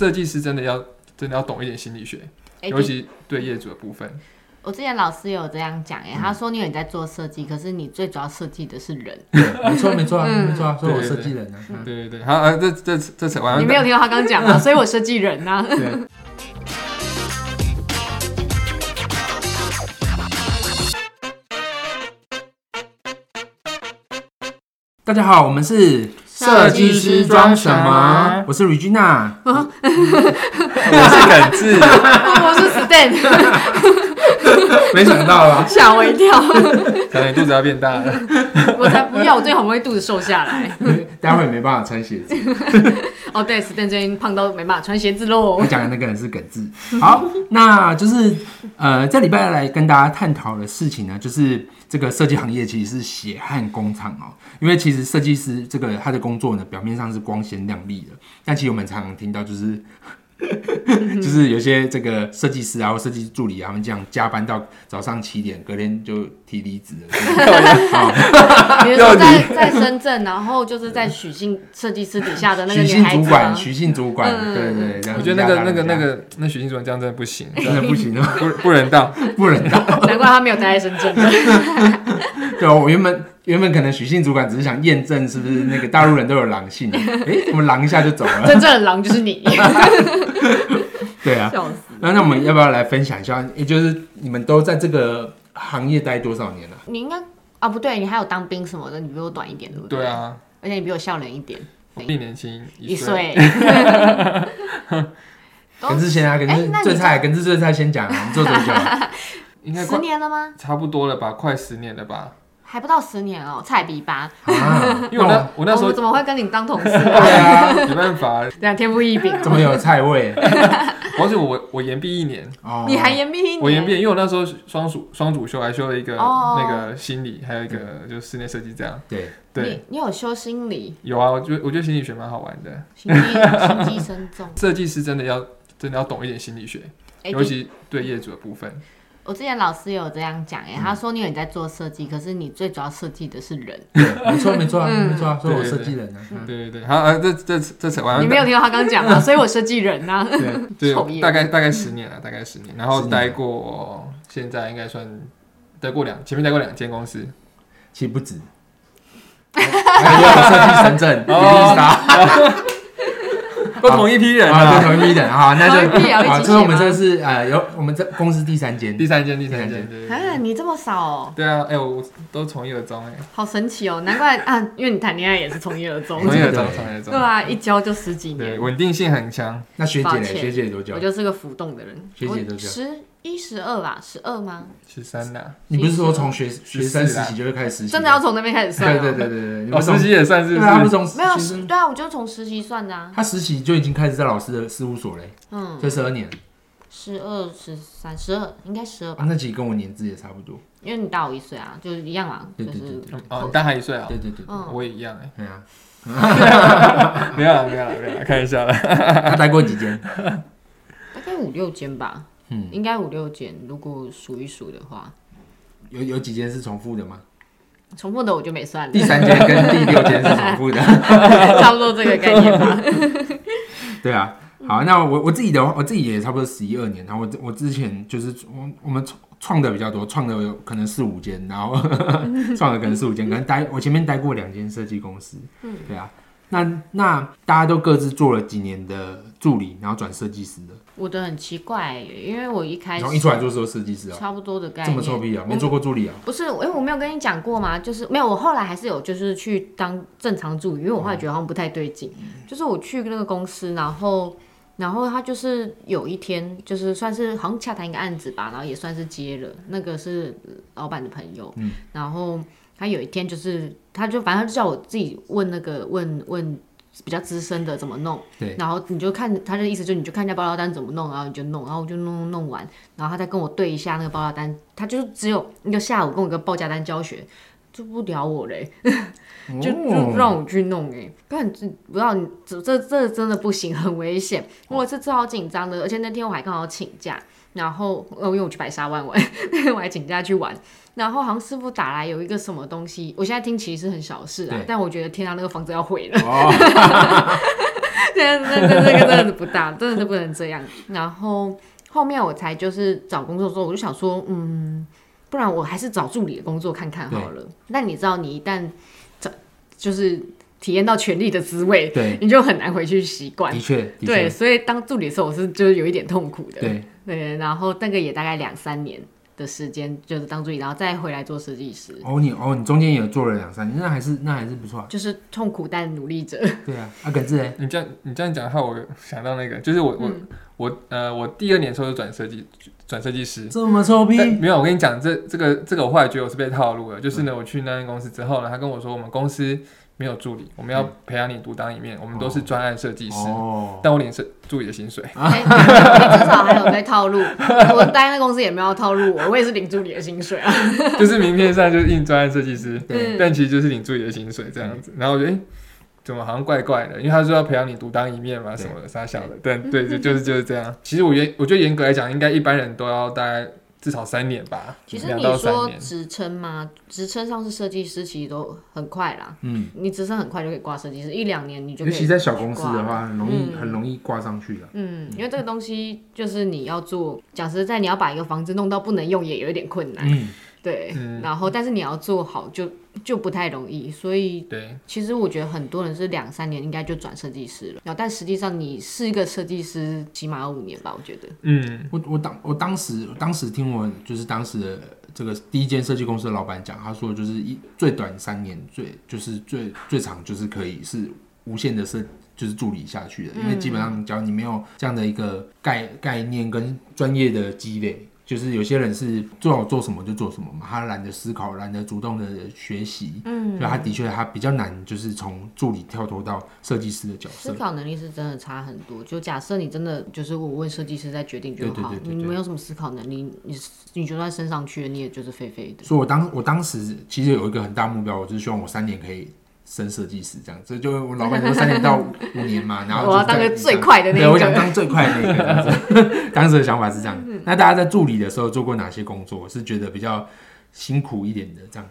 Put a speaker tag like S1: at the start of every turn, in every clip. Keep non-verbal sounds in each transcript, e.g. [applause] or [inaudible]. S1: 设计师真的要真的要懂一点心理学，
S2: 哎
S1: 尤其对业主的部分。
S2: 我之前老师有这样讲，
S1: 嗯
S2: 哎，他说你有在做设计，可是你最主要设计的是人。
S3: 没错没错啊
S1: 嗯
S3: 没错啊，所以我
S1: 对对
S3: 设
S1: 对
S3: 计人啊。嗯
S1: 对对对，好，啊、这这这扯完
S2: 你
S1: 了。
S2: 没有听到他刚讲吗？所以我设计人啊
S1: [laughs]
S2: 呐、
S1: 对，
S3: 大家好，我们是
S2: 设计师
S1: 装什么哦
S3: 我是 Regina，
S1: 我是耿志，
S2: 我是 Stan，
S1: [laughs]
S3: 没想到吧？
S2: 吓我一跳，
S1: 可能你肚子要变大了。
S2: 我才不要，我最好不会肚子瘦下来。
S3: [laughs] 待会没办法穿鞋子。
S2: 哦，对，Stan 最近胖到没办法穿鞋子喽
S1: [laughs]
S3: 我。讲的那个人是耿志。好，那就是呃，这礼拜来跟大家探讨的事情呢，就是这个设计行业其实是血汗工厂哦。因为其实设计师这个他的工作呢，表面上是光鲜亮丽的，但其实我们常常听到就是 [laughs] 就是有些这个设计师啊或设计助理啊，他们这样加班到早上七点，隔天就提离职
S2: [laughs]
S3: 了。
S2: 啊比如说在在深圳，然后就是在许姓设计师底下的那个
S3: 许
S2: 女
S3: 姓
S2: 孩
S3: 主
S2: 子啊
S3: 管，
S2: 吗，
S3: 许姓主管，
S2: 嗯
S3: 对对对，这样
S1: 我觉得那个
S3: 压榨
S1: 那个
S3: 人家
S1: 那个那许金主任这样真的不行， [laughs]
S3: 真的不行 [laughs] 啊，
S1: 不不人道。
S3: 不能当。
S2: 难怪他没有待在深圳。
S3: [laughs] 对哦，我原本原本可能许姓主管只是想验证是不是那个大陆人都有狼性，啊
S2: [laughs]
S3: 诶，我们狼一下就走了。 [laughs]
S2: 真正的狼就
S1: [laughs]
S2: 是你，
S3: 对啊，
S2: 笑死！
S3: 那那我们要不要来分享一下？也就是你们都在这个行业待多少年了、
S2: 你应该啊，不对，你还有当兵什么的，你比我短一点，对不对？
S1: 对，啊，
S2: 而且你比我笑脸一点，
S1: 我比你年轻
S2: 一
S1: 一岁。
S2: 岁。都
S3: 耿志先啊，耿
S2: 诶
S3: 志
S2: 那你
S3: 最菜，耿志最菜先讲啊，你做多
S2: [laughs]
S3: 久啊？
S1: 应该
S2: 十
S1: 快
S2: 年了吗？
S1: 差不多了吧，快十年了吧。
S2: 还不到十年哦，菜比吧。哦
S3: 啊
S1: 因为我那我那时
S2: 我
S1: 候
S2: 们怎么会跟你
S1: [laughs]
S2: 当同事啊？
S3: 对啊，
S1: 没办法，
S2: 这样天赋异禀，哦
S3: 怎
S1: [laughs]
S3: 么有
S2: [laughs]
S3: 菜味？
S1: 而且我我延毕一年，
S3: 哦，
S2: 你还延毕一年？
S1: 我延毕，因为我那时候双主双主修还修了一个
S2: 哦
S1: 那个心理，还有一个就是室内设计这样。
S3: 对，
S1: 对，
S2: 你你有修心理，
S1: 有啊，我觉得我觉得心理学蛮好玩的。
S2: 心机心机深重。
S1: 设计师真的要真的要懂一点心理学，
S2: 哎
S1: 尤其对业主的部分。
S2: 我之前老师有这样讲，哎，
S1: 嗯
S2: 他说你有在做设计，可是你最主要设计的是人。
S3: 没错没错啊，
S2: 嗯
S3: 没错啊，所以我
S1: 对对
S3: 设
S1: 对
S3: 计
S2: [laughs]
S3: 人啊。嗯
S1: 对对对，好，啊、这这这扯完了。
S2: 你没有听到他刚讲
S1: [laughs]
S2: 吗？所以我设计人啊呐。
S1: 对
S2: 讨，厌
S1: 大概大概十年了，大概十年，然
S3: 十
S1: 后
S3: 年
S1: 待过，现在应该算待过两，前面待过两间公 [laughs] 司，
S3: 其实
S2: [laughs]
S3: 不止，哎还有设计深圳，一
S1: 哦
S3: 定杀。
S1: 都同一批
S3: [laughs]
S1: 人
S3: 啊，
S1: 啊。
S3: 对，同一点啊，那
S2: 同一批也要一
S3: 就
S2: 起
S3: 啊，所以我们
S2: 写吗
S3: 这是呃，有我们这公司第三间
S1: 第，三间，第三
S3: 第三
S1: 间，
S3: 间
S1: 对对对
S2: 啊，你这么少哦，
S1: 对啊，哎、我都从一而终哎、
S2: 好神奇哦，难怪啊，因为你谈恋爱也是从一而终
S3: 我。
S1: 从一
S3: 也
S1: 而终，
S3: 对
S1: 从一而终，
S2: 对啊，一交就十几
S1: 对，
S2: 年，
S1: 稳定性很强。
S3: 那学姐
S2: 抱
S3: 嘞，
S2: 歉
S3: 学姐多久
S2: 我？就是个浮动的人。
S3: 学姐都这
S2: 我
S3: 样
S2: 十一十二吧，十二吗？
S1: 十三呐，
S3: 你不是说从学
S1: 四
S3: 学
S1: 啦
S3: 生时期就会开始实习？
S2: 真的
S3: [laughs]
S2: 要？从那边开始算
S3: 对
S2: 哦。
S3: 对对对对，你
S1: 老
S3: 们从
S1: 司机也算是
S3: 对
S1: 不
S3: 啊，他们
S1: 是？
S3: 从
S2: 没有
S3: 学
S2: 实
S3: 生
S2: 对啊，我就从实习算的啊。
S3: 他实习就已经开始在老师的事务所嘞，
S2: 嗯，
S3: 这十二年
S2: 十二、十三、十二，应该十二吧，
S3: 啊，那其实跟我年资也差不多。
S2: 因为你大我一岁啊，就是一样嘛，就
S3: 对对
S2: 是
S1: 哦，你大他一岁啊、
S3: 对对对，
S2: 嗯
S1: 我也一样哎、
S3: 对啊，
S1: 没有啊了，没有了，没有了，看一下了。
S3: 他待过几间？
S2: 大概五六间吧，
S3: 嗯，
S2: 应该五六间，如果数一数的话，
S3: 有有几间是重复的吗？
S2: 重复的我就没算了
S3: 第，三间跟第六间是重复的。
S2: [laughs] 差不多这个概念吧。
S3: 对啊，
S2: 嗯
S3: 好，那我我自己的话，我自己也差不多十一二年，然后我我之前就是我我们创创的比较多，创的有可能四五间，然
S2: [laughs]
S3: 后 [laughs] 创的可能四五间，可能待我前面待过两间设计公司，嗯，对啊，那那大家都各自做了几年的助理，然后转设计师的，
S2: 我的很奇怪，欸因为我一开
S3: 然
S2: 始
S3: 后一出来就做设计师啊，
S2: 差不多的概
S3: 这
S2: 念，
S3: 么臭屁啊，
S2: 我
S3: 没做过助理啊，
S2: 不是，因为我没有跟你讲过嘛，就是没有。我后来还是有，就是去当正常助理，因为我后来觉得好像不太对劲。就是我去那个公司，然后，然后他就是有一天，就是算是好像洽谈一个案子吧，然后也算是接了。那个是老板的朋友，然后他有一天就是，他就反正他就叫我自己问那个问问比较资深的怎么弄，
S3: 对，
S2: 然后你就看他的意思，就你就看一下报料单怎么弄，然后你就弄，然后我就弄弄弄完，然后他再跟我对一下那个报料单，他就是只有一个下午跟我一个报价单教学，就不聊我嘞，就
S3: 哦
S2: 就让我去弄哎、欸，不然这不知道你这这这真的不行，很危险，我这次好紧张的，而且那天我还刚好请假，然后呃因为我去白沙湾玩， [laughs] 我还请假去玩。然后好像师傅打来有一个什么东西，我现在听其实是很小事啊
S3: 对，
S2: [laughs] 但我觉得天啊，那个房子要毁了。
S3: 哦，
S2: 这这这这个真的不大，真的是不能这样。然后后面我才就是找工作之后，我就想说，嗯，不然我还是找助理的工作看看好了。但你知道，你一旦找就是体验到权力的滋味，
S3: 对，
S2: 你就很难回去习惯
S3: 的。确，的
S2: 对，
S3: 确，
S2: 所以当助理的时候，我是就是有一点痛苦的。
S3: 对，
S2: 对，然后那个也大概两三年的时间，就是当助理，然后再回来做设计师，
S3: 哦，你哦，你中间也做了两三年，那还是那还是不错啊。
S2: 就是痛苦但努力着。
S3: 对啊，啊，耿志哎，
S1: 你这样你这样讲的话，我想到那个，就是我我、
S3: 嗯
S1: 我呃，我第二年的时候就转设计转设计师，
S3: 这么臭
S1: 但
S3: 屁，
S1: 呃
S3: 哦
S1: 没有，我跟你讲，这这个这个，我后来觉得我是被套路了。就是呢，我去那间公司之后呢，他跟我说，我们公司没有助理，我们要培养你独当一面，我们都是专案设计师，
S3: 哦，
S1: 但我领是助理的薪水。
S2: 哎你至少还有在套路，我待那公司也没有套路我，我也是领助理的薪水啊。
S1: 就是名片上就是印专案设计师，
S2: 对
S1: 但其实就是领助理的薪水这样子。然后我觉得，哎、怎么好像怪怪的？因为他说要培养你独当一面嘛，
S3: 对
S1: 什么的，傻小的。但对，就就是就是这样。其实我严，我觉得严格来讲，应该一般人都要大概至少三年吧，
S2: 其实
S1: 两
S2: 你
S1: 到三
S2: 说
S1: 年。
S2: 职称嘛，职称上是设计师，其实都很快啦。
S3: 嗯，
S2: 你职称很快就可以挂设计师，一两年你就
S3: 尤
S2: 可
S3: 其
S2: 以。
S3: 在小公司的话，很容易
S2: 嗯
S3: 很容易挂上去的。
S2: 嗯，因为这个东西就是你要做，讲实在，你要把一个房子弄到不能用也有一点困难。
S3: 嗯，
S2: 对，
S1: 嗯
S2: 然后但是你要做好就就不太容易，所以
S1: 对，
S2: 其实我觉得很多人是两三年应该就转设计师了，然后但实际上你是一个设计师，起码要五年吧，我觉得。
S1: 嗯，
S3: 我我当我当时我当时听我就是当时的这个第一间设计公司的老板讲，他说就是一最短三年，最就是最最长就是可以是无限的设就是助理下去的，
S2: 嗯
S3: 因为基本上只要你没有这样的一个概概念跟专业的积累。就是有些人是最好做什么就做什么嘛，他懒得思考，懒得主动的学习，嗯，所以他的确他比较难，就是从助理跳脱到设计师的角色
S2: 思。考能力是真的差很多。就假设你真的就是我问设计师再决定就好，
S3: 对对对对对
S2: 你没有什么思考能力，你你就算升上去了，你也就是废废的。
S3: 所以我当我当时其实有一个很大目标，我就是希望我三年可以升设计师这样，所以就我老板就说三年到五五年嘛，然后
S2: 我要
S3: 就在
S2: 当个最快的那一
S3: 对，
S2: 个
S3: 我想当最快的那个这样子。 [laughs] 当时的想法是这样。
S2: 嗯
S3: 那大家在助理的时候做过哪些工作？是觉得比较辛苦一点的这样？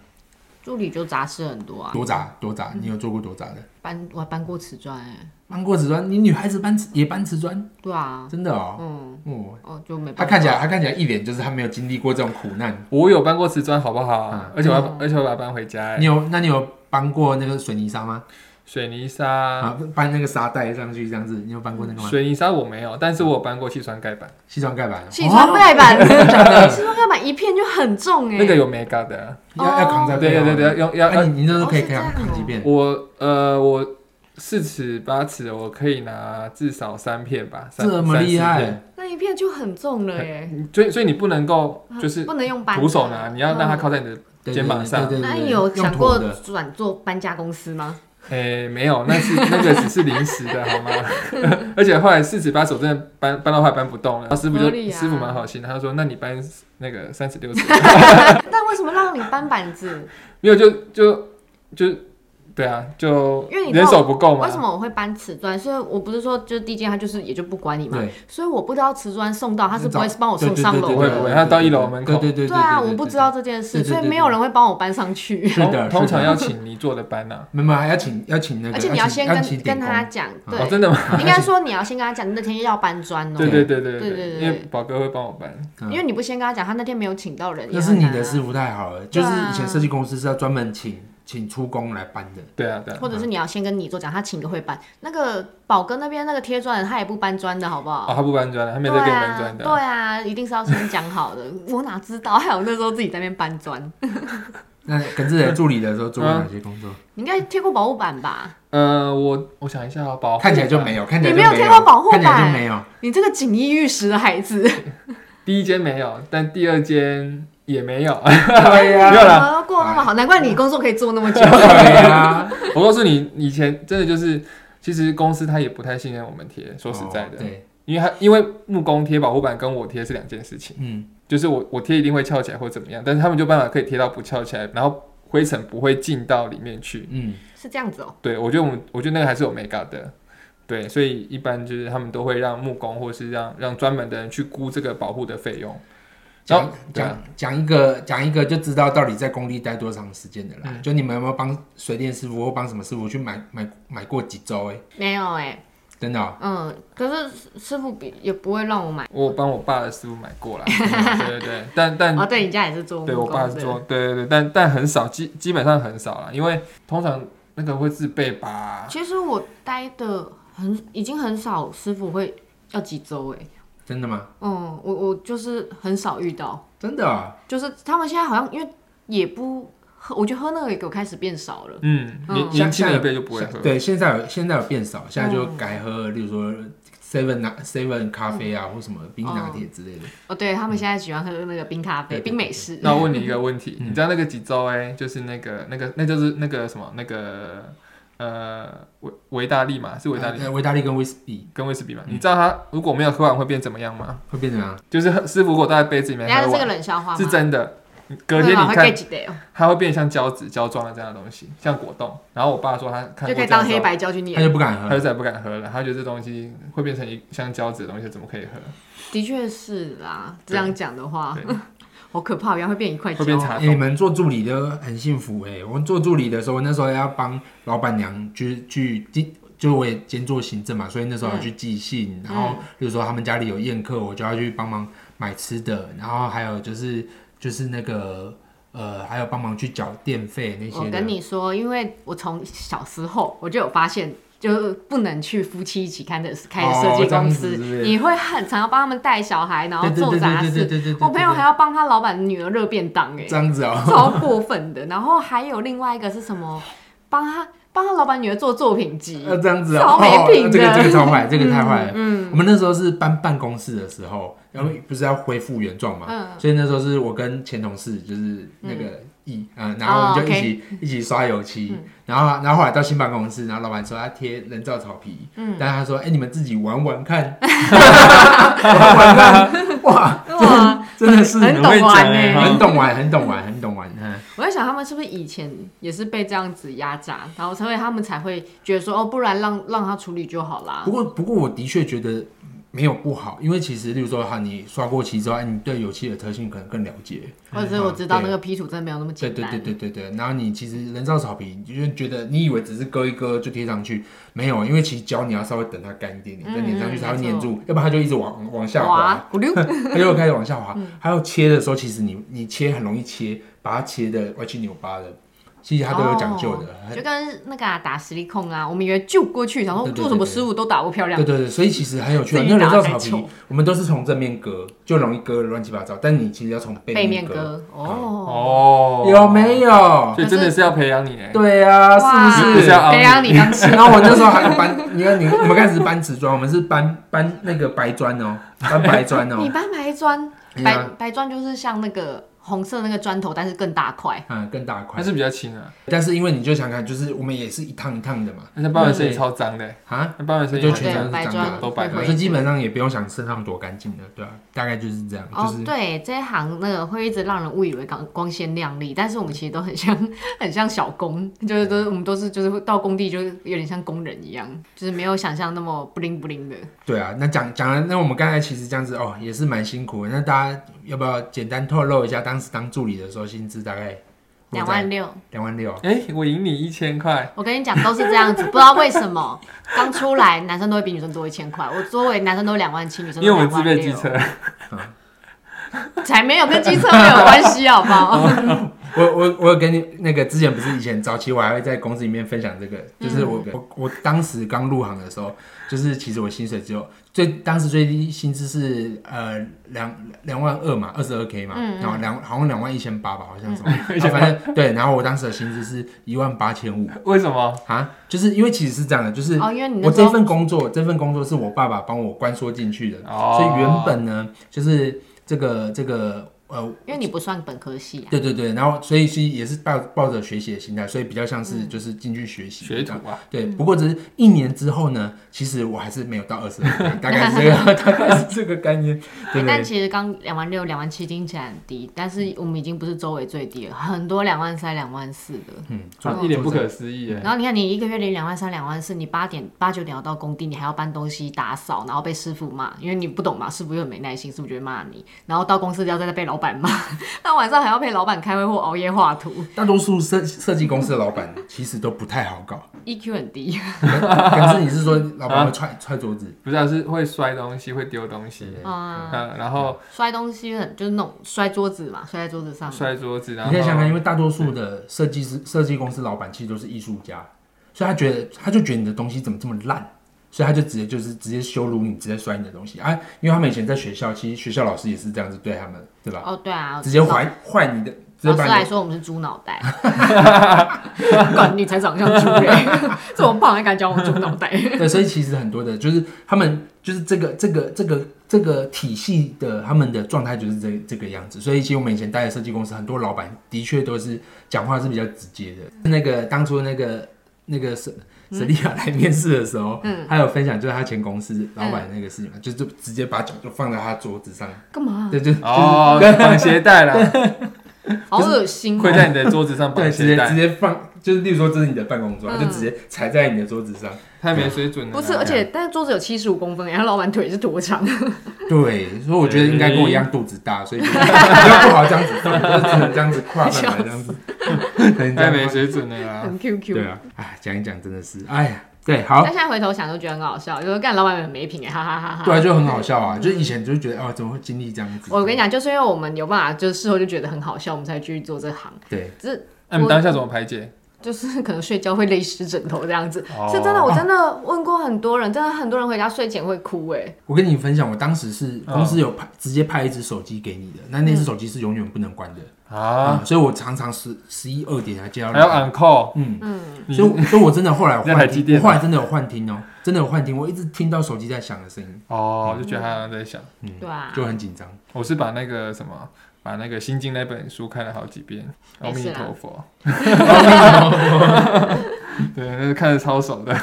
S2: 助理就杂事很多啊，
S3: 多杂多杂，你有做过多杂的？
S2: 搬我还搬过瓷砖、欸，
S3: 搬过瓷砖，你女孩子搬瓷也搬瓷砖，
S2: 对啊，
S3: 真的哦。
S2: 嗯，
S3: 哦，
S2: 哦就没办法。
S3: 她看起来她看起来一脸就是她没有经历过这种苦难。
S1: 我有搬过瓷砖，好不好？
S3: 嗯
S1: 而且我还、而且我把它搬回家、哎
S3: 你有那你有搬过那个水泥沙吗？
S1: 水泥沙，
S3: 啊，搬那个沙袋上去这样子，你有搬过那个吗？
S1: 水泥沙我没有，但是我有搬过气栓盖板，
S3: 西装盖板，
S2: 气窗盖板，气窗盖板一片就很重哎、
S1: 那个有 mega 的啊、
S3: 要要扛在
S1: 对对
S3: 背后
S1: 对对，要要
S3: 啊，你你那时候可以
S2: 哦是这样
S3: 扛
S2: 哦
S3: 扛几遍？
S1: 我呃，我四尺八尺的，我可以拿至少三片吧，三
S3: 这么厉。害，
S2: 那一片就很重了欸耶、
S1: 三四片所以所以你不能够就是
S2: 嗯啊不能用搬的嗯
S1: 徒手拿，你要让它靠在你的。
S3: 对
S1: 肩膀上
S3: 对对
S2: 那
S3: 对
S2: 你
S3: 对，
S2: 有
S3: 对
S2: 想
S3: 用
S2: 过
S3: 拖的
S2: 转做搬家公司吗？ [laughs]
S1: 诶、哎没有，那是那个只是临时的，
S3: [laughs]
S1: 好吗？而且后来四尺八手真的搬搬到后来搬不动了，然后师傅就、
S2: 合理啊
S1: 师傅蛮好心的，他说：“那你搬那个三尺六尺。
S2: 但为什么让你搬板
S3: [laughs]
S2: 子？”
S1: 没有就就就对啊，就
S2: 因为你知道
S1: 人手不够嘛
S2: 为。什么我会搬瓷砖？所以我不是说，就是第一件他就是也就不管你嘛
S3: 对，
S2: 所以我不知道瓷砖送到，他是不会
S3: 对
S2: 帮我送上
S3: 对
S2: 楼
S1: 不会
S3: 对对
S1: 不
S2: 的。
S1: 会他到一楼门口
S3: 对对对
S2: 对啊，我不知。道这件
S3: 对
S2: 事，
S3: 对对
S2: 所以
S3: 对
S2: 没有人会帮我搬上去。
S3: 是的，
S1: 通通常
S3: 是的
S1: 要请泥做的啊搬呐、
S3: 没有没有，还要请要请那个，
S2: 而且你要先
S3: 请请
S2: 跟
S3: 点
S2: 跟
S3: 工
S2: 他讲，对
S1: 哦，，真的吗？
S2: [laughs] 应该说你要先跟他讲，你那天要搬砖哦，
S1: 对对对对
S2: 对对对
S1: 因为宝哥会帮我搬。
S3: 嗯
S2: 因为你不先跟他讲，他那天没有请到人，
S3: 那是你的
S2: 事，
S3: 师傅太好了，就
S2: 对
S3: 是
S2: 啊
S3: 以前设计公司是要专门请请出工来搬的，
S1: 对啊对啊。
S2: 或者是你要先跟你做讲，他请个会搬。那个宝哥那边那个贴砖的，他也不搬砖的好不好？
S1: 哦，他不搬砖了，他没
S2: 对
S1: 有在给你搬砖的。
S2: 啊。对啊，一定是要先讲好的。 [laughs] 我哪知道？还有那时候自己在那边搬砖，
S3: 那耿志仁助理的时候做过哪些工作？
S2: 你应该贴过保护板吧？
S1: 呃，我我想一下啊，保护
S3: 看起来就没有，看起来就
S2: 你没有贴过保护
S3: 看起来
S2: 板
S3: 就没有。
S2: 你这个锦衣玉食的孩子，
S1: 第一间没有，但第二间也没有。 [laughs]
S3: 对呀
S1: 没有啦哎
S2: 怎么过那么好，难怪你工作可以做那么久。 [laughs]
S3: 对呀，
S1: 我告诉你，以前真的就是，其实公司他也不太信任我们贴，说实在
S3: 哦
S1: 的，
S3: 对，
S1: 因为他因为木工贴保护板跟我贴是两件事情，
S3: 嗯，
S1: 就是我我贴一定会翘起来或怎么样，但是他们就办法可以贴到不翘起来，然后灰尘不会进到里面去。
S3: 嗯，
S2: 是这样子哦、
S1: 对，我觉得我们，我觉得那个还是有美感的。对，所以一般就是他们都会让木工或是让让专门的人去估这个保护的费用。然后
S3: 讲讲讲一个讲一个就知道到底在工地待多长时间的啦。
S1: 嗯
S3: 就你们有没有帮水电师傅或帮什么师傅去买买买过几周、欸？
S2: 没有哎、
S3: 真的哦、
S2: 嗯，可是师傅比也不会让我买。
S1: 我有帮我爸的师傅买过啦，对对对，但但
S2: 哦，对你家也是做木
S1: 对我
S2: 工，
S1: 爸是做，对对对，但但很少，基基本上很少啦，因为通常那个会自备吧。
S2: 其实我待的很，已经很少师傅会要几周哎。
S3: 真的吗？
S2: 嗯，我我就是很少遇到，
S3: 真的哦、
S2: 就是他们现在好像因为也不喝，我觉得喝那个也给我开始变少了。
S1: 嗯，
S2: 嗯
S1: 年年轻的
S3: 有
S1: 一辈就不会喝。哦
S3: 对，现在有现在有变少，现在就改喝，例如说 seven 拿 seven 咖啡啊，或什么冰拿铁之类的。
S1: 嗯
S2: 哦，对他们现在喜欢喝那个冰咖啡、
S3: 嗯对对
S2: 冰美式。嗯
S1: 那我问你一个问题，你知道那个几周哎，就是那个那个那就是那个什么那个呃维维大利嘛，是维大利
S3: 呃维达利跟威士忌
S1: 跟威士忌嘛？
S3: 嗯
S1: 你知道它如果没有喝完会变怎么样吗？
S3: 会变成啊，
S1: 就是喝师傅如果倒在杯子里面
S2: 人家
S1: 喝
S2: 是这个
S1: 完，
S2: 冷笑话吗？
S1: 是真的。隔天你
S2: 会
S1: 看
S2: get 几 day 哦，
S1: 它会变得像胶质胶状的这样的东西，像果冻。然后我爸说他看过
S2: 就可以
S1: 这样
S2: 当
S1: 的时
S3: 哦
S2: 黑
S1: 候
S2: 白胶去
S3: 他
S2: 念。
S3: 就不敢
S1: 他
S3: 喝。
S1: 就再也不敢喝了，他觉得这东西会变成一像胶质的东西，怎么可以喝？
S2: 的确是啦，
S1: 对
S2: 这样讲的话
S1: 对，
S2: 好可怕，原来会变一块胶
S1: 会。变茶
S3: 欸你
S1: 冻。
S3: 们做助理的很幸福哎、我们做助理的时候，那时候要帮老板娘去去记，就我也兼做行政嘛，所以那时候要去
S2: 嗯
S3: 寄信，然后比如说他们家里有宴客，我就要去帮忙买吃的，然后还有就是就是那个呃，还有帮忙去缴电费那
S2: 我
S3: 些
S2: 跟
S3: 的。
S2: 你说，因为我从小时候我就有发现，就是不能去夫妻一起开的开的
S3: 哦
S2: 设计
S3: 这样
S2: 公
S3: 子
S2: 司，
S3: 是不是
S2: 你会很常要帮他们带小孩，然后
S3: 对对
S2: 做
S3: 对
S2: 杂
S3: 对对对
S2: 事。
S3: 对对，
S2: 我朋友还要帮他老板的女儿热便当、
S3: 对对对
S2: 欸，
S3: 这样子哦、
S2: 超过分的。然后还有另外一个是什么？帮他帮他老板女儿做作品集，
S3: 要这样子哦、
S2: 超没品的
S3: 哦这个这个超坏，这个太坏了。嗯，我们那时候是搬办公室的时候，然后不是要恢复原状嘛，
S2: 嗯
S3: 所以那时候是我跟前同事就是那个一嗯，然后我们就一起、一起刷油漆，然后然后后来到新办公室，然后老板说他贴人造草皮，嗯，但是他说哎、你们自己玩玩 [laughs] 看，玩玩看，哇，
S2: 哇，
S3: 真 [laughs] 的是
S2: 很
S1: 会
S2: 懂
S1: 讲
S2: 玩
S1: 欸
S2: 呢、
S3: 很懂玩，很懂玩，很懂玩，嗯。
S2: [laughs] 我在想，他们是不是以前也是被这样子压榨，然后所以他们才会觉得说，哦，不然让让他处理就好啦
S3: 不。过，不过我的确觉得没有不好，因为其实，例如说哈，你刷过漆之后，哎，你对油漆的特性可能更了解。
S2: 或者是我知道
S3: 嗯
S2: 那个 P 图真的没有那么
S3: 对
S2: 简
S3: 对
S2: 单。
S3: 对对对对，然后你其实人造草皮，你就觉得你以为只是割一割就贴上去，没有，啊因为其实胶你要稍微等它干一点点，再粘上去
S2: 嗯嗯
S3: 才会
S2: 没
S3: 粘
S2: 错
S3: 住，要不然它就一直往往下滑， [laughs]
S2: 哇，咕溜，
S3: 它就会开始往下滑。
S2: 嗯
S3: 还有切的时候，其实你你切很容易切，把它切的歪七扭八的，其实它都有讲究的。很
S2: 就跟那个、啊、打实力控啊，我们以为就过去，然后
S3: 对对对
S2: 做什么失误都打不漂亮
S3: 对。对对，所以其实很有趣、啊。
S2: 自己
S3: 那人
S2: 打
S3: 造
S2: 才
S3: 草皮
S2: 糗，
S3: 我们都是从正面割，就容易割得乱七八糟。但你其实要从背
S2: 背
S3: 面
S2: 面
S3: 割，
S2: 哥，哦，
S1: 哦
S3: 有没？有？
S1: 所以真的是要培养你哎。
S3: 对啊，
S2: 哇
S3: 是不
S1: 不是
S3: 是？
S1: 要熬
S2: 培养你当时
S3: 然后我那时候还有搬，你看你我们开始搬瓷砖，我们是搬搬那个白砖哦，搬白砖
S2: 你
S3: 哦，
S2: 搬白砖，
S3: 对
S2: 白
S3: 啊
S2: 白砖就是像那个红色那个砖头，但是更大块。
S3: 嗯，更大
S1: 它
S3: 块。
S1: 是比较轻啊，
S3: 但是因为你就想看，就是我们也是一趟一趟的嘛，
S1: 而且八门生意超脏的欸，
S3: 啊，
S1: 那八门生
S3: 就
S1: 意
S3: 全
S2: 对
S3: 身是
S2: 白
S3: 脏
S2: 砖
S3: 的，
S1: 都白
S2: 会
S1: 的
S2: 灰
S3: 所以基本上也不用想身上多干净的，对啊，大概就是这样，就
S2: 哦
S3: 是，
S2: 对，这一行那个会一直让人误以为光光鲜亮丽，但是我们其实都很像很像小工，就是都是我
S3: 嗯
S2: 们都是就是会到工地就是有点像工人一样，就是没有想象那么不灵不灵的。
S3: 对啊，那讲讲了，那我们刚才其实这样子哦，也是蛮辛苦的。那大家要不要简单透露一下，当时当助理的时候薪资大概
S2: 两万六，
S3: 两万六？
S1: 哎，我赢你一千块，
S2: 我跟你讲都是这样子，不知道为什么 [laughs] 刚出来男生都会比女生多一千块，我周围男生都两万七，女生
S1: 因
S2: 都
S1: 为我们
S2: 两
S1: 自
S2: 万
S1: 备机
S2: 六，
S1: 车，
S2: 才没有跟机车没有关系，好不好？
S3: 哦我我我有跟你那个之前不是以前早期我还会在公司里面分享这个，就是我、
S2: 嗯
S3: 我我当时刚入行的时候，就是其实我薪水只有最当时最低薪资是呃两两万二嘛，二十二 k 嘛，
S2: 嗯
S3: 然后两好像两万一千八吧，好像什么，然后
S2: 哦
S3: 反正对，然后我当时的薪资是一万八千五
S1: [laughs] 为什么？
S3: 啊，就是因为其实是这样的，就是
S2: 哦，因为你
S3: 我
S2: 那时
S3: 这
S2: 候
S3: 份工作，这份工作是我爸爸帮我关缩进去的，
S1: 哦
S3: 所以原本呢，就是这个这个呃，
S2: 因为你不算本科系啊，
S3: 对对对，然后所以是也是抱抱着学习的心态，所以比较像
S2: 嗯
S3: 是就是进去学习
S1: 学
S3: 这
S1: 徒
S3: 样。
S1: 啊，
S3: 对，不过只是一年之后呢，其实我还是没有到二十岁，大概是这个， [laughs] 大概是这个概
S2: [laughs]
S3: 念，
S2: 欸
S3: 对不
S2: 但
S3: 对？
S2: 其实刚两万六、两万七听起来很低，但是我们已经不是周围最低了，很多两万三、两万四的。
S3: 嗯，
S2: 哦
S1: 啊一脸不可思议哎。
S2: 然后你看，你一个月领两万三、两万四，你八点八九点要到工地，你还要搬东西、打扫，然后被师傅骂，因为你不懂嘛，师傅又很没耐心，师傅就会骂你。然后到公司要再被老板骂， [laughs] 那晚上还要陪老板开会或熬夜画图
S3: 大多数设设计公司的老板其实都不太好搞，
S2: ，EQ 很低。
S3: 可是你是说老
S1: 啊
S3: 板会踹踹桌子？
S1: 不是、啊、是会摔东西，会丢东西，
S2: 啊、
S1: 嗯，然后
S2: 摔东西很就是那种摔桌子嘛，摔在桌子上。
S1: 摔桌子，然
S3: 你可以想想，
S1: 后
S3: 因为大多数的设计师、设计公司老板其实都是艺术家，所以他觉得他就觉得你的东西怎么这么烂，所以他就直接就是直接羞辱你，直接摔你的东西啊！因为他们以前在学校，其实学校老师也是这样子对他们，对吧？
S2: 哦，对啊，
S3: 直接
S2: 老
S3: 坏坏你的，直接
S2: 老师
S3: 把
S2: 还
S3: 你
S2: 说我们是猪脑
S3: [laughs]
S2: 袋，管你才长像猪嘞， [laughs] 这么胖还敢讲我们猪脑袋？
S3: 对，所以其实很多的就是他们就是这个这个这个这个体系的他们的状态就是这这个样子。所以其实我们以前待的设计公司，很多老板的确都是讲话是比较直接的。那个当初那个那个舍舍利亚来面试的时候，嗯，他有分享就是他前公司老板那个事情嘛，就就直接把脚就放在他桌子上，
S2: 干嘛？啊
S3: 对，就
S1: 哦
S3: [laughs]
S1: 绑鞋带啦， [laughs]
S2: 好恶心哦、
S1: 会在你的桌子上绑
S3: 对，直
S1: 鞋
S3: 接直
S1: 带，
S3: 接放，就是例如说这是你的办公桌，他就
S2: 嗯
S3: 直接踩在你的桌子上。
S1: 太没水准了啦。
S2: 不是，而且但是桌子有七十五公分，然欸后老板腿是多长？
S3: 对，所以我觉得应该跟我一样肚子大，所以就 [laughs] 比较不好这样子动，就是只能这样子跨上来这样子， [laughs] 可能这
S1: 太
S3: 样
S1: 哎没
S3: 子。
S1: 水准了啦。
S2: 很 Q Q。
S3: 对啊，哎，讲一讲真的是，哎呀，对，好
S2: 但，现在回头想都觉得很好笑，就说干老板们没品哎，哈哈哈哈。
S3: 对啊，就很好笑啊，就以前就觉得哦，怎么会经历这样子？
S2: 我跟你讲，就是因为我们有办法，就是事后就觉得很好笑，我们才继续做这行。
S3: 对，
S1: 那你们当下怎么排解？
S2: 就是 [laughs] 可能睡觉会累湿枕头这样子，
S1: 哦
S2: 是真的。我真的问过很多人，真的很多人回家睡前会哭哎、
S3: 我跟你分享，我当时是公司有派直接派一只手机给你的，那那只手机是永远不能关的
S1: 啊，
S3: 啊，所以我常常十十一二点才接到
S1: 还要
S3: 来。
S1: on call，
S3: 嗯，
S1: 你
S3: 所以我所以我真的后来有
S1: 那台
S3: 幻
S1: 积
S3: 听，
S1: 电
S3: 我
S1: 啊
S3: 后来真的有幻听哦，真的有幻听，我一直听到手机在响的声音，
S1: 哦，就觉得他好像在想，
S3: 嗯，
S2: 对啊
S3: 就很紧张。
S1: 我是把那个什么，把那个《心经》那本书看了好几遍，阿
S2: 没
S1: 弥
S2: 事啦
S1: 陀
S2: [laughs]
S1: 佛。 [laughs] 对，那个看着超爽的。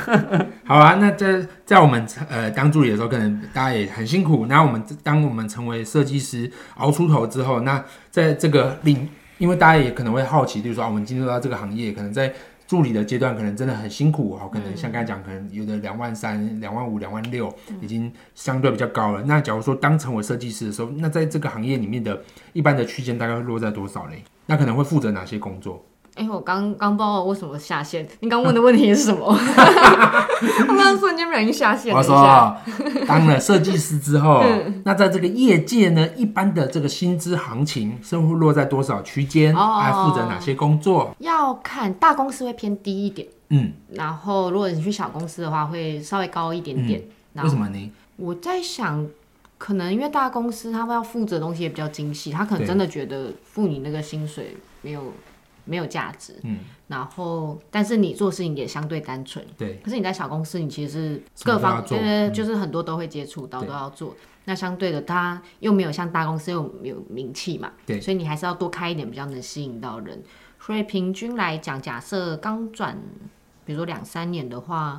S3: 好啊，那在在我们呃当助理的时候，可能大家也很辛苦。那我们当我们成为设计师熬出头之后，那在这个领，因为大家也可能会好奇，就是说、啊、我们进入到这个行业，可能在助理的阶段，可能真的很辛苦哦。可能像刚才讲，可能有的两万三、两万五、两万六，已经相对比较高了。那假如说当成为设计师的时候，那在这个行业里面的一般的区间大概会落在多少嘞？那可能会负责哪些工作？
S2: 哎、我刚刚不知道为什么下线，你刚问的问题是什么？ [laughs] 我刚刚瞬间不小心下嗯线了
S3: 我
S2: 一下。
S3: 说，啊当了设计师
S2: [laughs]
S3: 之后，那在这个业界呢，一般的这个薪资行情是会落在多少区间？
S2: 哦
S3: 还负责哪些工作？
S2: 要看大公司会偏低一点，
S3: 嗯，
S2: 然后如果你去小公司的话，会稍微高一点点。然
S3: 嗯为
S2: 后
S3: 什么呢？
S2: 我在想，可能因为大公司他们要负责的东西也比较精细，他可能
S3: 对
S2: 真的觉得付你那个薪水没有没有价值。
S3: 嗯，
S2: 然后但是你做事情也相对单纯。
S3: 对，
S2: 可是你在小公司，你其实是
S3: 什
S2: 各
S3: 么都要
S2: 方
S3: 做嗯
S2: 呃就是很多都会接触到，
S3: 对
S2: 都要做。那相对的，他又没有像大公司又没有名气嘛，
S3: 对
S2: 所以你还是要多开一点，比较能吸引到人。所以平均来讲，假设刚转，比如说两三年的话，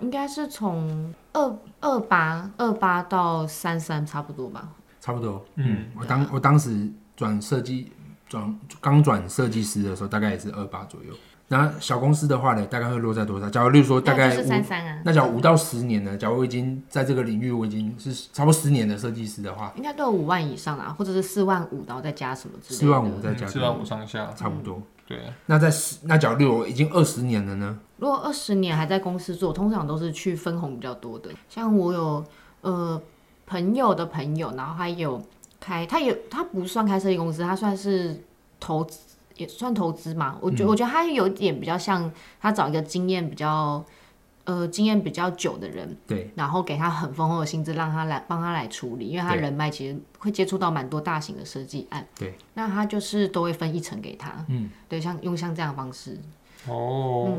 S2: 应该是从二二八二八到三三差不多吧。
S3: 差不多。
S1: 嗯，
S3: 我当我当时转设计，转刚转设计师的时候，大概也是二八左右。然后小公司的话呢，大概会落在多少？假如例如说大概
S2: 那就是
S3: 五
S2: 三三啊，
S3: 那假如五到十年呢？假如我已经在这个领域，我已经是差不多十年的设计师的话，
S2: 应该都有五万以上啊，或者是四万五，然后再加什么之类的。
S3: 四万五再加
S1: 四万五上下，
S3: 差不多。
S1: 对，
S2: 嗯
S3: 那在十，那假如我已经二十年了呢？
S2: 如果二十年还在公司做，通常都是去分红比较多的。像我有呃朋友的朋友，然后还有开，他也他不算开设计公司，他算是投资，也算投资嘛。我
S3: 嗯
S2: 觉、我觉得他有一点比较像他找一个经验比较呃经验比较久的人，
S3: 对，
S2: 然后给他很丰厚的薪资，让他来帮他来处理，因为他
S3: 对
S2: 人脉其实会接触到蛮多大型的设计案。
S3: 对，
S2: 那他就是都会分一层给他。嗯，对，像用像这样的方式。嗯
S1: 哦，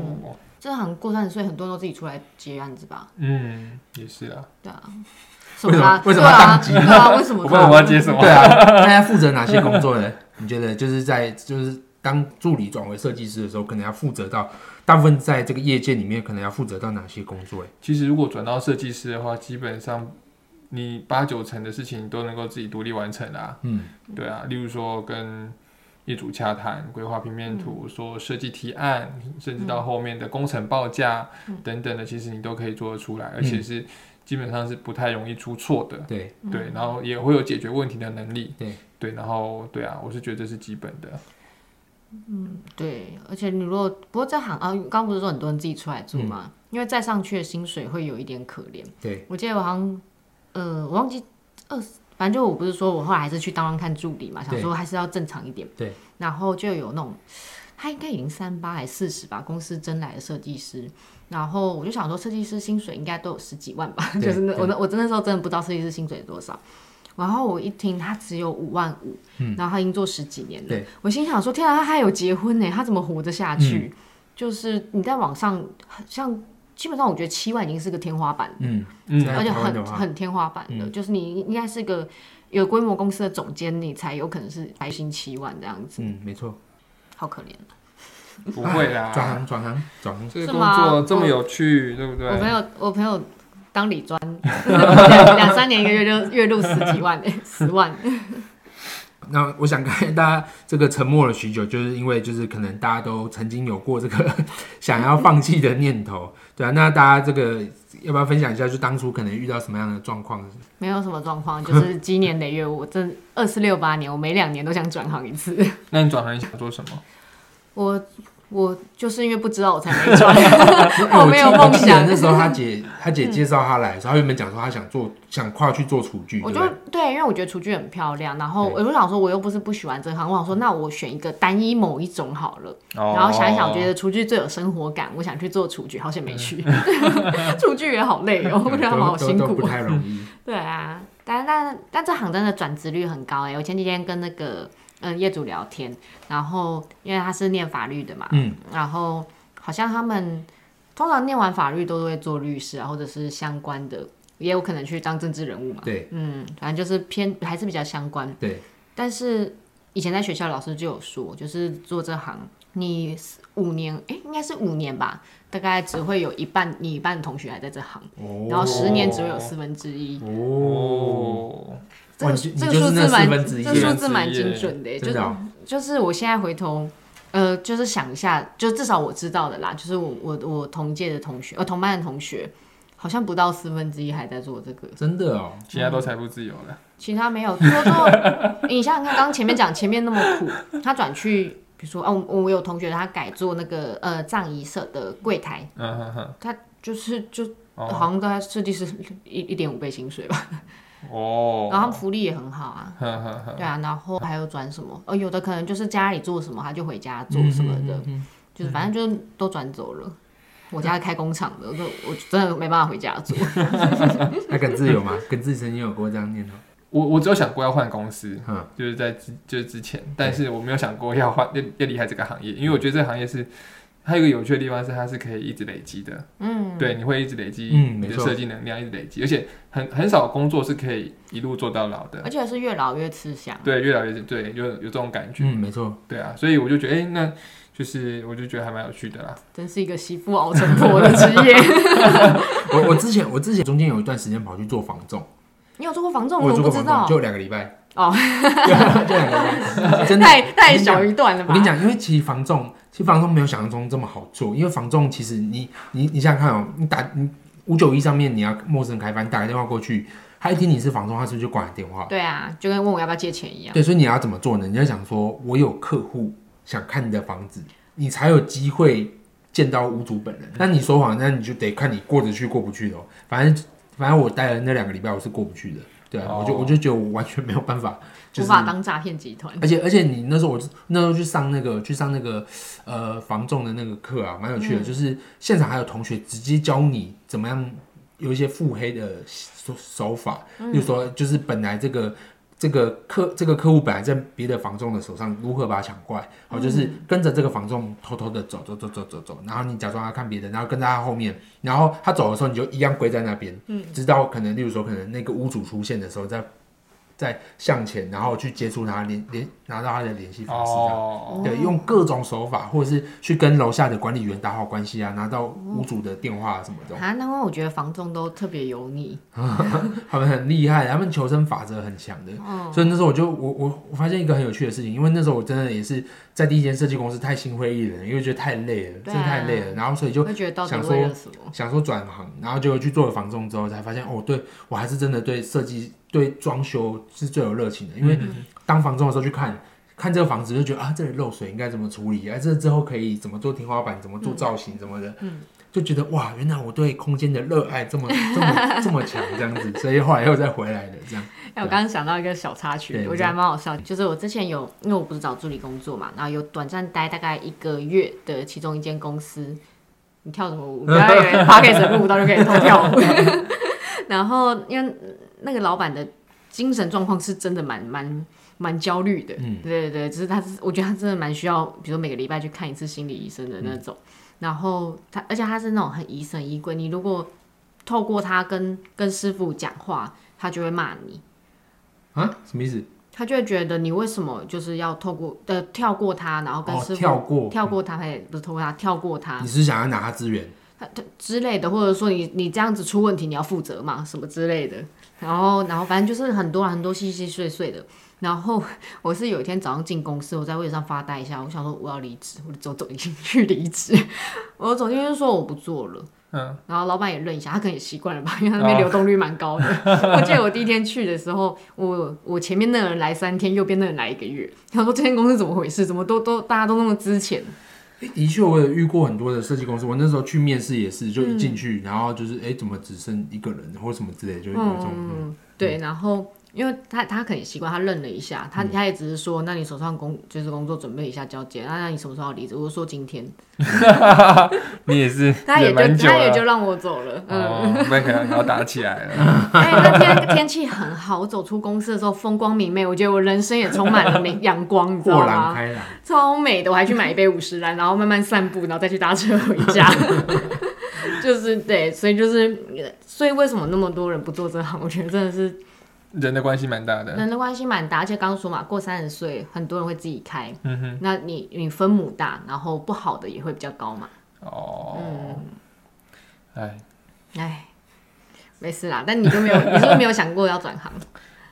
S2: 这行过三十岁，很多人都自己出来接案子吧？
S1: 嗯，也是啊。
S2: 对啊，什
S3: 为什
S2: 么啦
S3: 么？为什么
S2: 对
S3: 要
S2: 啊？
S3: 宕机
S2: 对啊，为什
S1: 我
S2: 么？
S3: [laughs]
S1: 不知道我要接什么
S3: 对，啊，大家负责哪些工作呢？ [laughs] 你觉得就是在就是当助理转为设计师的时候，可能要负责到大部分在这个业界里面，可能要负责到哪些工作欸？
S1: 其实如果转到设计师的话，基本上你八九成的事情都能够自己独立完成啦。
S3: 嗯，
S1: 对啊，例如说跟业主洽谈、规划平面
S2: 嗯
S1: 图、说设计提案，
S2: 嗯
S1: 嗯甚至到后面的工程报价等等的，其实你都可以做得出来，而且是基本上是不太容易出错的，
S3: 对，
S2: 嗯
S1: 对，然后也会有解决问题的能力，
S3: 对
S1: 对，然后对啊，我是觉得这是基本的，
S2: 对，而且你如果不过这行啊，刚刚不是说很多人自己出来做吗？
S3: 嗯
S2: 因为再上去的薪水会有一点可怜。
S3: 对，
S2: 我记得我好像，呃，我忘记二十，反正就我不是说我后来还是去当当看助理嘛，想
S3: 对
S2: 说还是要正常一点。
S3: 对，
S2: 然后就有那种，他应该已经三八还四十吧，公司征来的设计师。然后我就想说，设计师薪水应该都有十几万吧，
S3: 对
S2: 就是那我那我真的时候真的不知道设计师薪水多少。然后我一听他只有五万五、然后他已经做十几年了
S3: 嗯对，
S2: 我心想说，天啊，他还有结婚呢，他怎么活得下去？
S3: 嗯
S2: 就是你在网上，像基本上我觉得七万已经是个天花板了
S3: 嗯，
S1: 嗯，
S2: 而且
S3: 台湾的
S2: 很
S3: 话嗯
S2: 很天花板的，就是你应该是个有规模公司的总监，你才有可能是白薪七万这样子，
S3: 嗯，没错，
S2: 好可怜。
S1: 不会
S3: 啊转
S1: 啦，
S3: 行转行转行，
S1: 这个
S2: 是
S1: 工
S2: 吗哦
S1: 作这么有趣，对不
S2: 我朋
S1: 对？
S2: 友，我朋友当理专，两两三年一个月就月入十几万、 [laughs] 欸，十万。
S3: 那我想刚才大家这个沉默了许久，就是因为就是可能大家都曾经有过这个 [laughs] 想要放弃的念头，对啊。那大家这个要不要分享一下，就当初可能遇到什么样的状况？
S2: 没有什么状况，就是积年累月，我这二四六八年，我每两年都想转行一次。
S1: 那你转行你想做什么？
S2: 我我就是因为不知道，我才没转。
S3: [laughs] 哎
S2: 我没有
S3: 记
S2: 梦
S3: 我记得
S2: 想嗯
S3: 那时候他姐他姐介绍他来的时候，他原本讲说他想做想跨去做厨具，
S2: 我
S3: 对
S2: 就
S3: 不对？
S2: 对，因为我觉得厨具很漂亮，然后
S3: 对
S2: 我就想说，我又不是不喜欢这行，我想说，那我选一个单一某一种好了。
S3: 哦
S2: 然后想一想，觉得厨具最有生活感，我想去做厨具，好险没去。 [laughs] 厨具也好累 [laughs] 哦，我觉得他们好
S3: 嗯都
S2: 辛
S3: 都都不
S2: 苦。
S3: 太容易。
S2: 对啊，但但但这行真的转职率很高哎、我前几天跟那个嗯业主聊天，然后因为他是念法律的嘛，
S3: 嗯，
S2: 然后好像他们通常念完法律都会做律师啊，或者是相关的，也有可能去当政治人物嘛。 [laughs]
S3: 对
S2: 嗯，反正就是偏还是比较相关。
S3: 对，
S2: 但是以前在学校老师就有说，就是做这行，你五年，哎、应该是五年吧，大概只会有一半你一半的同学还在这行，
S3: 哦
S2: 然后十年只会有四分之一。
S3: 哦，
S1: 哦，
S2: 这个
S3: 哇你就
S2: 这个
S3: 你就是
S2: 数
S3: 那
S2: 字
S3: 四
S2: 蛮，
S3: 分之一
S2: 这
S1: 耶
S2: 数字蛮精准的、就
S3: 真
S2: 是
S3: 的哦
S2: 就是我现在回头，呃，就是想一下，就至少我知道的啦，就是我我我同届的同学，呃，同班的同学，好像不到四分之一还在做这个。
S3: 真
S2: [laughs]
S3: 的哦，
S1: 其
S2: 嗯
S1: 他都财富自由了，
S2: 其他没有，多做 [laughs] 你想想看，刚刚前面讲前面那么苦，他转去，比如说哦，我我有同学他改做那个呃葬仪社的柜台，
S1: 嗯哼哼，
S2: 他就是就、
S1: 哦
S2: 好像都在设计师一一点五倍薪水吧，
S1: 哦，嗯
S2: 然后他们福利也很好啊，
S1: 哼哼哼，
S2: 对啊，然后还有转什么，呃，有的可能就是家里做什么他就回家做什么的，
S1: 嗯
S2: 就是反正就是都转走了。我家开工厂的，我就我真的没办法回家
S1: [laughs]
S2: 做。
S3: 那耿志有吗？耿志曾经有过这样
S2: [laughs]
S3: 念头，
S1: 我我只有想过要换公司，
S3: 嗯
S1: 就是在之就是之前，但是我没有想过要换要要离开这个行业，因为我觉得这个行业是它有一个有趣的地方是它是可以一直累积的，嗯，对，你会一直累积
S3: 嗯
S1: 你
S3: 没
S1: 的
S3: 错
S1: 设计能量，一直累积，而且很很少工作是可以一路做到老的，
S2: 而且是越老越吃香。
S1: 对，越来越对，有有这种感觉，
S3: 嗯，没错。
S1: 对啊，所以我就觉得，哎、那就是我就觉得还蛮有趣的啦，
S2: 真是一个媳妇熬成婆的职业。
S3: 我我之前我之前中间有一段时间跑去做房仲，
S2: 你有做过房仲？
S3: 我
S2: 我
S3: 有做
S2: 不
S3: 过
S2: 知
S3: 房
S2: 道
S3: 仲，。就两个礼拜，
S2: 哦，
S3: [laughs]
S2: [laughs]
S3: 就两个礼拜，真的
S2: 太太小一段了吧？
S3: 我跟你讲，因为其实房仲，其实房仲没有想象中这么好做，因为房仲其实你你你想想看哦，你打你五九一上面你要陌生开发，你打个电话过去，他一听你是房仲，他是不是就挂你电话？
S2: 对啊，就跟问我要不要借钱一样。
S3: 对，所以你要怎么做呢？你要想说，我有客户想看你的房子，你才有机会见到屋主本人。
S2: 嗯
S3: 那你说谎，那你就得看你过得去过不去咯。反正反正我待了那两个礼拜，我是过不去的。对啊，我就
S1: 哦
S3: 我就觉得我完全没有办法，就
S2: 无
S3: 是
S2: 法当诈骗集团。
S3: 而且而且你那时候我是那时候去上那个去上那个呃防重的那个课啊，蛮有趣的，就是现场还有同学直接教你怎么样有一些腹黑的手手法，例如说就是本来这个。这个客这个客户本来在别的房仲的手上，如何把他抢过来？好，就是跟着这个房仲偷偷的走走走走走走，然后你假装要看别的，然后跟在他后面，然后他走的时候你就一样跪在那边，嗯，直到可能例如说可能那个屋主出现的时候，再再向前，然后去接触他联联拿到他的联系方式这样。
S1: 哦，
S3: 对，用各种手法，或者是去跟楼下的管理员打好关系啊，拿到屋主的电话啊什么的，
S2: 啊，难怪我觉得房仲都特别油腻。
S3: [laughs] 他们很厉害，他们求生法则很强的。
S2: 嗯
S3: 所以那时候我就我我我发现一个很有趣的事情，因为那时候我真的也是在第一间设计公司太心灰意冷，因为觉得太累了，
S2: 对
S3: 真
S2: 啊
S3: 的太累了，然后所以就
S2: 会觉得到底
S3: 想说
S2: 为了什么？
S3: 想说转行，然后就去做了房仲之后，才发现哦，对我还是真的对设计、对装修是最有热情的。因为
S2: 嗯
S3: 当房仲的时候去看看这个房子，就觉得啊，这里漏水应该怎么处理，啊，这之后可以怎么做天花板，怎么做造型，怎么的，
S2: 嗯
S3: 就觉得哇，原来我对空间的热爱这么 [laughs] 这么这么强，这样子，所以后来又再回来的这样。
S2: [laughs] 哎，我刚刚想到一个小插曲
S3: 对，
S2: 我觉得还蛮好笑。就是我之前有，因为我不是找助理工作嘛，然后有短暂待大概一个月的其中一间公司。你跳什么舞？不要
S3: [laughs]
S2: 以为 podcast 录不到就可以偷跳舞。 [laughs] 然后因为那个老板的精神状况是真的蛮蛮蛮焦虑的，
S3: 嗯
S2: 对对对，就是他是我觉得他真的蛮需要，比如说每个礼拜去看一次心理医生的
S3: 嗯
S2: 那种。然后他，而且他是那种很疑神疑鬼，你如果透过他跟跟师傅讲话，他就会骂你。
S3: 啊，什么意思？
S2: 他就会觉得你为什么就是要透过呃跳过他，然后跟
S3: 哦
S2: 师傅、
S3: 跳过
S2: 跳过他，哎，不是透过他，跳过他
S3: 你是想要拿他资源？
S2: 他他之类的，或者说你你这样子出问题你要负责嘛，什么之类的。然后然后反正就是很多啊很多细细碎碎的。然后我是有一天早上进公司，我在位置上发呆一下，我想说我要离职，我就走走进去离职。 [laughs] 我走进去就说我不做了。
S1: 嗯，
S2: 然后老板也认一下，他可能也习惯了吧，因为他那边流动率蛮高的。 [laughs] 我记得我第一天去的时候，我我前面那个人来三天，右边那个人来一个月， [laughs] 他说这间公司怎么回事？怎么都都大家都那么之前？
S3: 诶的确，我有遇过很多的设计公司。我那时候去面试也是，就一进
S2: 嗯
S3: 去，然后就是哎、诶怎么只剩一个人，或什么之类，就有一种、
S2: 嗯，对，然后。因为他他可能习惯，他愣了一下，
S3: 嗯
S2: 他他也只是说，那你手上工就是工作准备一下交接，那那你什么时候要离职？我就说今天，
S1: 你也是
S2: [laughs] 他也
S1: 忍蛮
S2: 就
S1: 久
S2: 他也
S1: 了
S2: 就。让我走了，
S3: [laughs]
S2: 嗯，
S1: 哦， [laughs] 不然可能要打起来了。
S2: [laughs] 哎，那天天气很好，我走出公司的时候风光明媚，我觉得我人生也充满了明阳光，你知道
S3: 豁然
S2: 吗？
S3: 开朗。
S2: 超美的，我还去买一杯五十兰，然后慢慢散步，然后再去搭车回
S3: [laughs]
S2: 家。就是对，所以就是，呃所以为什么那么多人不做这行？我觉得真的是
S1: 人的关系蛮大的。
S2: 人的关系蛮大，而且刚刚说嘛，过三十岁很多人会自己开，
S1: 嗯哼，
S2: 那你你分母大，然后不好的也会比较高嘛。嗯
S1: 哦，哎，
S2: 哎，没事啦，但你就
S1: [laughs]
S2: 没有，你是不是没有想过要转行？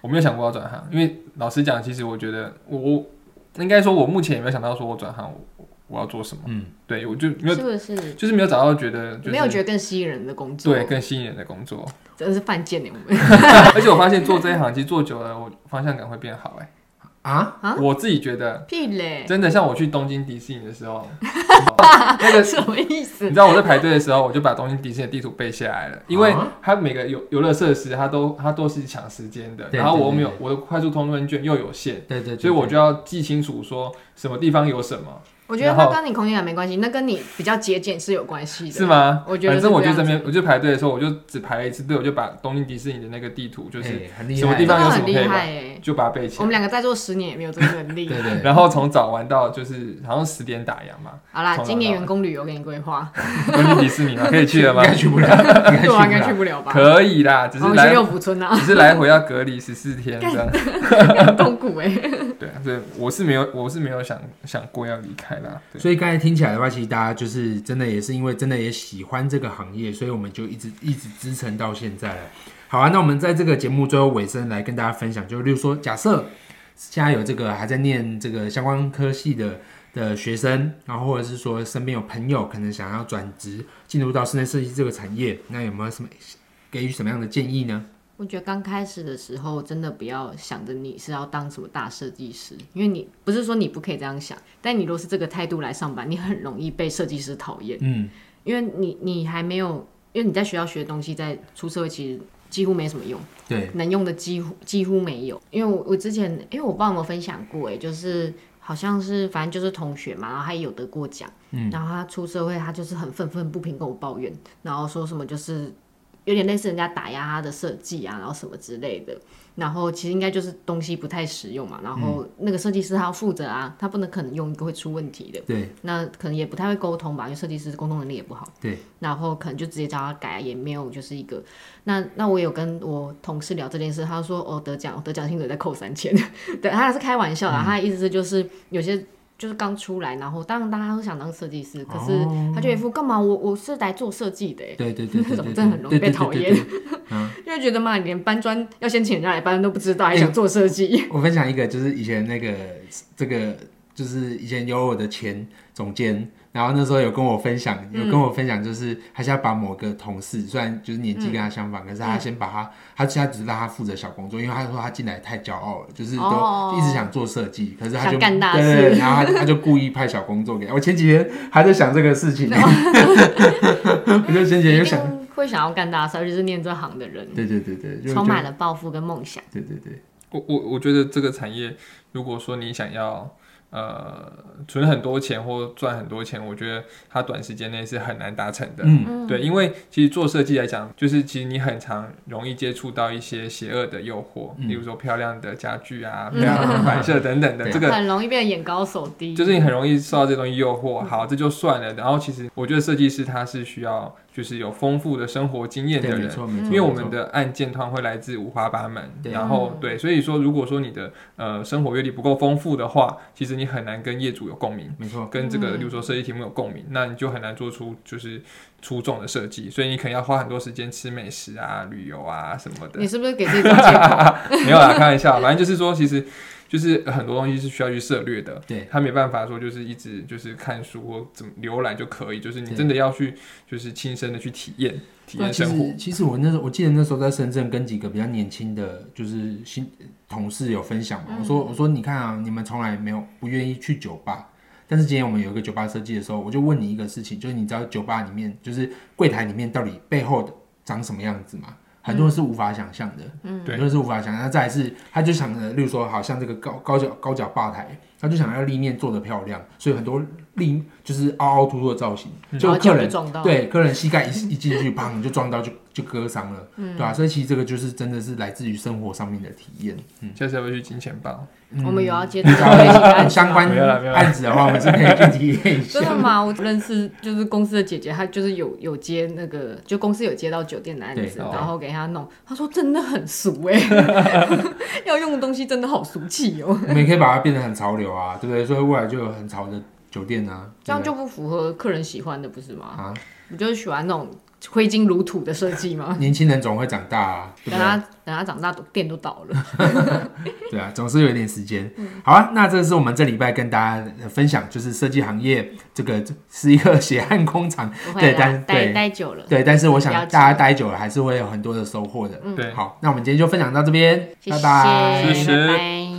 S1: 我没有想过要转行，因为老实讲，其实我觉得我我应该说，我目前也没有想到说我转行我我我要做什么。
S3: 嗯，
S1: 对，我就没有
S2: 是，不是？
S1: 就是没有找到觉得就是
S2: 没有觉得更吸引人的工作，
S1: 对，更吸引人的工
S2: [laughs]
S1: 作。
S2: 真的是犯贱呢。我们
S1: 而且我发现做这一行，其实做久了，我方向感会变好。哎，
S3: 啊，
S2: 啊
S1: 我自己觉得，
S2: 屁嘞，
S1: 真的像我去东京迪士尼的时
S2: [laughs]
S1: 候，那个
S2: 什么意
S1: 你
S2: 思？
S1: 知道我在排队的时候，我就把东京迪士尼的地图背下来了，因为
S3: 啊
S1: 它每个游游乐设施它都它都是抢时间的，
S3: 对
S1: 然后我
S3: 对对
S1: 没有
S3: 对
S1: 我的快速通关券又有限，
S3: 对对对，
S1: 所以我
S3: 对
S1: 就要记清楚说什么地方有什么，
S2: 我觉得
S1: 然
S2: 那
S1: 后
S2: 跟你空间感没关系，那跟你比较节俭是有关系的。
S1: 是吗？
S2: 我觉得
S1: 反
S2: 是
S1: 正我就
S2: 这
S1: 这
S2: 样
S1: 边我就排队的时候，我就只排了一次队，我就把东京迪士尼的那个地图就是
S3: 哎很厉害，
S1: 什么地
S2: 真的
S1: 方有什
S2: 很
S1: 么可以
S2: 厉
S1: 玩
S2: 害哎！
S1: 就把它背起
S2: 我们
S1: 来，
S2: 两个在做十年也没有这个能力。
S3: 对对，
S1: 然后从早玩到就是好像十点打烊嘛，
S2: 好啦，
S1: 从哪
S2: 今年
S1: 到哪
S2: 员工旅游给你
S1: [laughs]
S2: 规划，
S1: 东京迪士尼
S3: [laughs]
S1: 嘛，可以去了
S3: 应
S1: 吗？
S3: 该去不了，应该
S2: 对啊，应该去
S3: 去不了。
S2: 不了吧？
S1: 可以啦，只
S2: 我
S1: 是
S2: 们去
S1: 来
S2: 六福村啊， [laughs]
S1: 只是来回要隔离十四天这样。
S2: 很痛苦哎。
S1: 对，啊所以我是没有，我是没有想想过要离开啦。对，
S3: 所以刚才听起来的话，其实大家就是真的也是因为真的也喜欢这个行业，所以我们就一直一直支撑到现在了。好啊，那我们在这个节目最后尾声来跟大家分享，就例如说，假设现在有这个还在念这个相关科系的的学生，然后或者是说身边有朋友可能想要转职进入到室内设计这个产业，那有没有什么给予什么样的建议呢？
S2: 我觉得刚开始的时候，真的不要想着你是要当什么大设计师，因为你不是说你不可以这样想，但你如果是这个态度来上班，你很容易被设计师讨厌。
S3: 嗯，
S2: 因为你你还没有，因为你在学校学的东西，在出社会其实几乎没什么用，
S3: 对，
S2: 能用的几乎几乎没有。因为我我之前，因为我不知道有没有分享过、哎，就是好像是反正就是同学嘛，然后他也有得过奖，嗯，然后他出社会，他就是很愤愤不平跟我抱怨，然后说什么就是有点类似人家打压他的设计啊，然后什么之类的。然后其实应该就是东西不太实用嘛，然后那个设计师他要负责啊，他不能可能用一个会出问题的，
S3: 对
S2: 那可能也不太会沟通吧，因为设计师沟通能力也不好，
S3: 对，
S2: 然后可能就直接叫他改啊，也没有就是一个，那那我有跟我同事聊这件事，他说哦得奖得奖薪水再扣三千， [laughs] 对，他是开玩笑
S3: 嗯
S2: 啦，他的意思是就是有些。就是刚出来，然后当然大家都想当设计师，可是他就一副干嘛我我是来做设计的欸，
S3: 对哦对对对
S2: 这
S3: 对，
S2: 种真的很容易被
S3: 对
S2: 讨。
S3: 对
S2: 厌
S3: 对嗯对对对
S2: 就会觉得嘛，你连搬砖要先请人家来搬都不知道，还想做设计，
S3: [laughs] 我分享一个，就是以前那个这个，就是以前有我的前总监，然后那时候有跟我分享，
S2: 嗯
S3: 有跟我分享，就是他现在把某个同事，虽然就是年纪跟他相反，可是
S2: 嗯
S3: 他先把他，他现在只是让他负责小工作，因为他说他进来太骄傲了，就是
S2: 哦
S3: 都一直想做设计，可是他
S2: 想
S3: 就
S2: 干大
S3: 对对对
S2: 事
S3: 然后他他就故意派小工作给他。我前几天还在想这个
S2: [laughs]
S3: 事情，我就前几天
S2: 一 [laughs]
S3: 就想，
S2: 定会想要干大事，而且是念这行的人，
S3: 对对对对，就
S2: 充满
S3: 了，
S2: 了抱负跟梦想。
S3: 对对对，
S1: 我我我觉得这个产业，如果说你想要呃存很多钱或赚很多钱，我觉得它短时间内是很难达成的。
S3: 嗯
S1: 对，因为其实做设计来讲，就是其实你很常容易接触到一些邪恶的诱惑，
S3: 嗯
S1: 例如说漂亮的家具啊、漂亮的摆设等等的，
S3: 对啊
S1: 这个
S2: 很容易变得眼高手低，
S1: 就是你很容易受到这东西诱惑。好，这就算了。然后其实我觉得设计师他是需要就是有丰富的生活经验
S3: 对
S1: 的
S3: 没
S1: 人，
S3: 错没错，
S1: 因为我
S3: 没
S1: 们
S3: 错
S1: 的案件通常会来自五花八门，
S3: 嗯对
S1: 然后对，所以说如果说你的呃生活阅历不够丰富的话，其实你很难跟业主有共鸣，
S3: 没错，
S1: 跟这个，例如说设计题目有共鸣，那你就很难做出就是出众的设计，所以你可能要花很多时间吃美食啊、旅游啊什
S3: [laughs]
S1: 么的
S2: 你。是不是给自己找借口？
S1: 没有啦，开玩笑，反正就是说，其实就是很多东西是需要去涉略的。
S3: 对，
S1: 他没办法说就是一直就是看书或怎么浏览就可以，就是你
S3: 对
S1: 真的要去就是亲身的去体验体
S3: 对啊
S1: 验生活。
S3: 其实其实我那时候，我记得那时候在深圳跟几个比较年轻的，就是新同事有分享嘛。
S1: 嗯
S3: 我说我说你看啊，你们从来没有不愿意去酒吧，但是今天我们有一个酒吧设计的时候，我就问你一个事情，就是你知道酒吧里面就是柜台里面到底背后的长什么样子吗？很多人是无法想象的，
S1: 嗯对
S3: 很多人是无法想象。那再来是，他就想着，例如说，好像这个高高脚高脚吧台，他就想要立面做的漂亮，所以很多立就是凹凹凸凸的造型，
S1: 嗯
S3: 就
S2: 然后
S3: 客
S2: 脚就
S3: 人
S2: 撞到，
S3: 对，客人膝盖一一进去，砰就撞到，就就割伤了，
S2: 嗯
S3: 对吧、所以其实这个就是真的是来自于生活上面的体
S2: [laughs]
S3: 验。
S1: 下次要不要去金钱豹？
S2: 我们有要接触
S3: 相
S2: 到类型的案子吗
S3: 关相关
S1: 没有啦没有啦
S3: 案子的话，我 [laughs] 们是可以去体验一
S2: [laughs] 真的
S3: 下。
S2: 吗？我认识就是公司的姐姐，她就是有有接那个，就公司有接到酒店的案子，
S3: 对
S1: 哦
S2: 然后给她弄，她说真的很俗
S3: [laughs]
S2: 哎、要用的东西真的好俗气哦、
S3: 我们也可以把它变得很潮流啊，对不对？所以未来就有很潮的酒店啊，
S2: 这样
S3: 对
S2: 就不符合客人喜欢的，不是吗？
S3: 啊
S2: 你就是喜欢那种挥金如土的设计
S3: 不
S2: 吗
S3: 对？年轻人总会长大啊，对
S2: 等
S3: 不对
S2: 他？等他长大，店都倒
S3: [laughs]
S2: 了。
S3: 对啊，总是有一点时间。
S2: 嗯
S3: 好啊，那这是我们这礼拜跟大家呃分享，就是设计行业这个这是一个 [laughs] 血汗工厂，
S2: 不会
S3: 对
S2: 啦
S3: 但，
S2: 待
S3: 对
S2: 待久了，
S3: 对，但是我想
S2: 了解嗯
S3: 大家待久了还是会有很多的收获的。
S1: 对，
S3: 好，那我们今天就分享到这边，
S2: 谢
S3: 拜拜，
S1: 谢谢
S2: 拜拜。